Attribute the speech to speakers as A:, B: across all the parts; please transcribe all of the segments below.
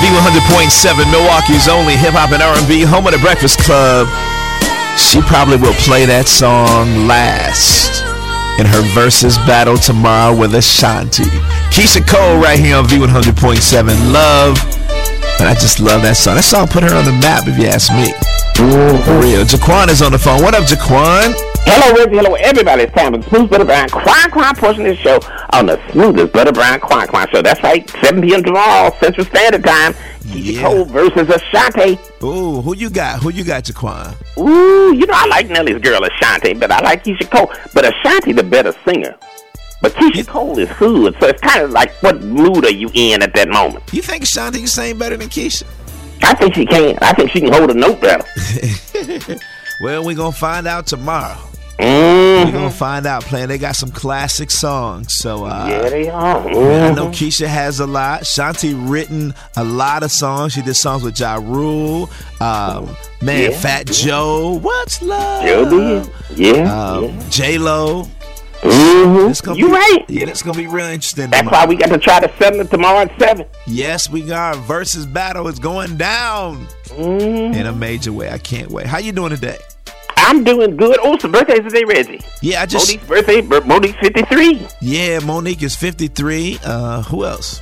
A: B100.7, Milwaukee's only hip hop and R&B, home of the Breakfast Club. She probably will play that song last in her versus battle tomorrow with Ashanti. Keisha Cole right here on V100.7. Love. And I just love that song. That song put her on the map, if you ask me. For real. Jaquan is on the phone. What up, Jaquan?
B: Hello, Reggie. Hello, everybody. It's time for the Smooth Butter Brown Quan Quan portion of the show on the smoothest Butter Brown Quan Quan show. That's right, 7 p.m. tomorrow, Central Standard Time. Keisha
A: Yeah.
B: Cole versus Ashanti.
A: Ooh, who you got? Who you got, Jaquan?
B: Ooh, you know, I like Nelly's girl Ashanti, but I like Keisha Cole. But Ashanti, the better singer. But Keisha Cole is hood, so it's kind of like what mood are you in at that moment?
A: You think Ashanti can sing better than Keisha?
B: I think she can. I think she can hold a note better.
A: Well, we're going to find out tomorrow. We're
B: Mm-hmm.
A: gonna find out, playing. They got some classic songs, so uh,
B: Yeah, they are.
A: I
B: Mhm.
A: know Keisha has a lot. Shanti written a lot of songs. She did songs with Ja Rule, um, man,
B: Yeah.
A: Fat Joe, What's Love,
B: Sure
A: Uh,
B: did. Yeah.
A: um, J Lo. It's
B: hmm
A: gonna
B: You
A: be,
B: right.
A: Yeah, it's gonna be real interesting.
B: That's
A: tomorrow.
B: why we got to try to settle it tomorrow at 7.
A: yes, we got versus battle is going down
B: Mm.
A: in a major way. I can't wait. How you doing today?
B: I'm doing good. Oh, it's the birthday today, Reggie.
A: Yeah, I just
B: Monique's birthday, bir- Monique's 53.
A: yeah. Monique is fifty three. Uh, who else?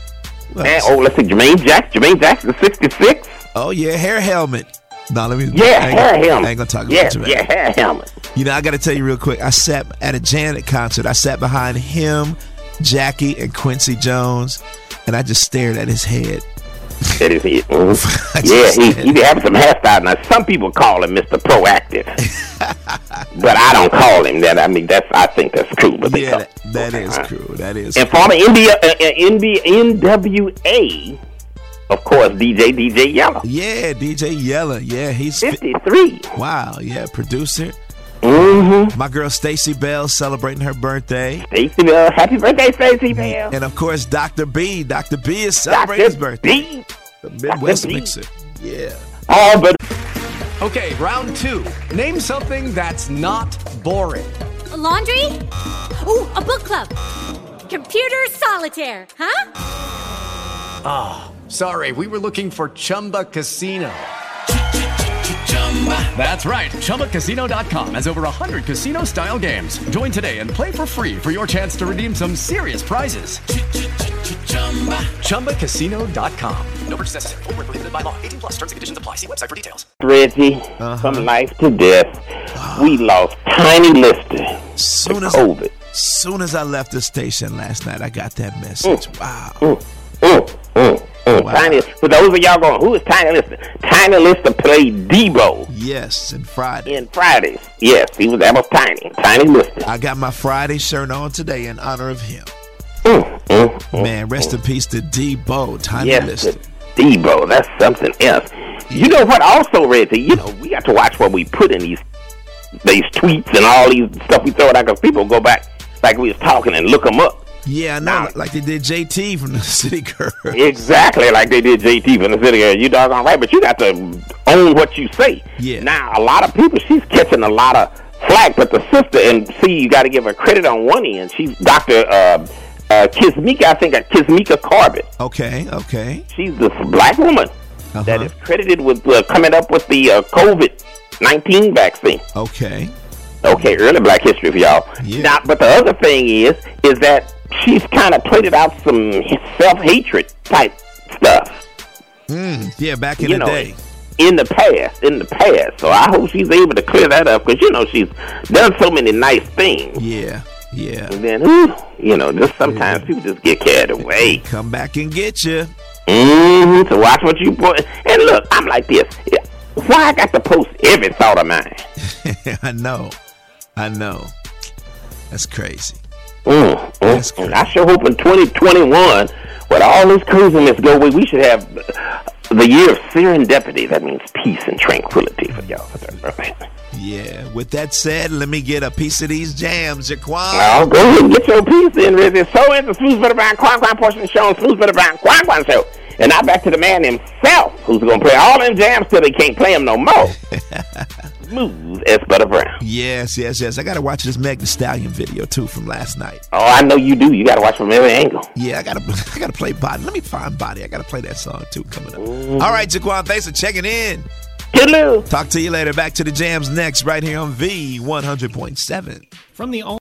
A: Who
B: And,
A: else?
B: oh, let's see, Jermaine Jackson. Jermaine Jackson, 66.
A: Oh yeah, hair helmet. No, let me.
B: Yeah,
A: I ain't
B: hair
A: gonna-
B: helmet.
A: I ain't gonna talk about
B: yeah,
A: Jermaine.
B: Yeah, hair helmet.
A: You know, I got to tell you real quick. I sat at a Janet concert. I sat behind him, Jackie, and Quincy Jones, and I just stared at his head.
B: That is it. Mhm.
A: I
B: yeah,
A: just
B: he,
A: said-
B: he be having some hairstyle. Now, some people call him Mr. Proactive. but I don't call him that. I mean, that's I think that's cool. But they
A: yeah,
B: call
A: that, that
B: okay,
A: is
B: huh?
A: cool. That is.
B: And former NBA, uh, uh, NBA, NWA, of course, DJ, DJ Yellow.
A: yeah, DJ Yella. Yeah, he's fi-
B: 53.
A: wow. Yeah, producer.
B: Mm-hmm.
A: My girl Stacy Bell celebrating her birthday,
B: Stacey Bell. uh, Happy birthday, Stacey Bell.
A: and of course Dr. B. Dr. B is celebrating his
B: Dr.
A: birthday.
B: B.
A: The Midwest
B: B.
A: mixer. Yeah.
B: Oh, but
C: Okay, round two. Name something that's not boring.
D: A laundry? Ooh, a book club. Computer solitaire, huh?
C: Sorry, we were looking for Chumba Casino. That's right. ChumbaCasino.com has over 100 casino style games. Join today and play for free for your chance to redeem some serious prizes. ChumbaCasino.com. No purchase necessary. Void where prohibited by law. 18 plus terms and conditions apply. See website for details.
B: Reggie,
A: Uh-huh.
B: from life to death, we lost Tiny Lister
A: Soon
B: to
A: as
B: COVID.
A: soon as I left the station last night, I got that message.
B: Oh.
A: Wow.
B: Mm, mm, mm.
A: Wow.
B: Tiny, for those of y'all going, who is Tiny Lister? Tiny Lister played Debo
A: Yes, and Friday.
B: in Fridays. Yes, he was that was Tiny, Tiny Lister.
A: I got my Friday shirt on today in honor of him.
B: Mm, mm, mm.
A: Man, rest in peace to D Bo, Tiny
B: Yes,
A: Lister.
B: Debo, that's something else. You know what? Also, Reggie, you know we got to watch what we put in these these tweets and all these stuff we throw out because people go back like we was talking and look them up.
A: Yeah, I know.
B: Nah.
A: Like they did JT from the City Girl.
B: Exactly like they did JT from the city. area. You doggone right, but you got to own what you say.
A: Yeah.
B: Now a lot of people, she's catching a lot of flack, but the sister and see, you got to give her credit on one end. She's Doctor uh, uh, Kismika, I think, uh, Kismika Corbett.
A: Okay, okay.
B: She's this black woman that
A: Uh-huh.
B: is credited with uh, coming up with the uh, COVID nineteen vaccine.
A: Okay.
B: Okay, early Black History for y'all.
A: Yeah.
B: Now, but the other thing is, is that she's kind of played it out some self hatred type stuff.
A: Yeah, back in
B: you
A: the
B: know,
A: day.
B: in the past, in the past. So I hope she's able to clear that up because you know she's done so many nice things.
A: Yeah, yeah.
B: And then, ooh, you know, just sometimes people just get carried away.
A: Come back and get you.
B: Mm-hmm. So watch what you put. And look, I'm like this. Yeah, Why I got to post every thought of mine?
A: I know. I know. That's crazy.
B: Mm,
A: That's
B: mm,
A: good.
B: and I sure hope in 2021, with all this craziness go away, we should have the year of serendipity. That means peace and tranquility for y'all.
A: Yeah. With that said, let me get a piece of these jams, Jaquan.
B: Now, go ahead and get your peace in, Rizzy. So is the Smooth Butter Brown Quan Quan portion of the show on Smooth Butter Brown Quan Quan Show. And now back to the man himself, who's going to play all them jams till they can't play them no more. Smooth as Butter Brown.
A: Yes, yes, yes. I gotta watch this Meg Thee Stallion video too from last night.
B: Oh, I know you do. You got to watch from every angle.
A: Yeah, I gotta, I gotta play Body. Let me find Body. I gotta play that song too coming up. All right, Jaquan, thanks for checking in.
B: Toodaloo.
A: Talk to you later. Back to the jams next, right here on V one hundred point seven.
E: From the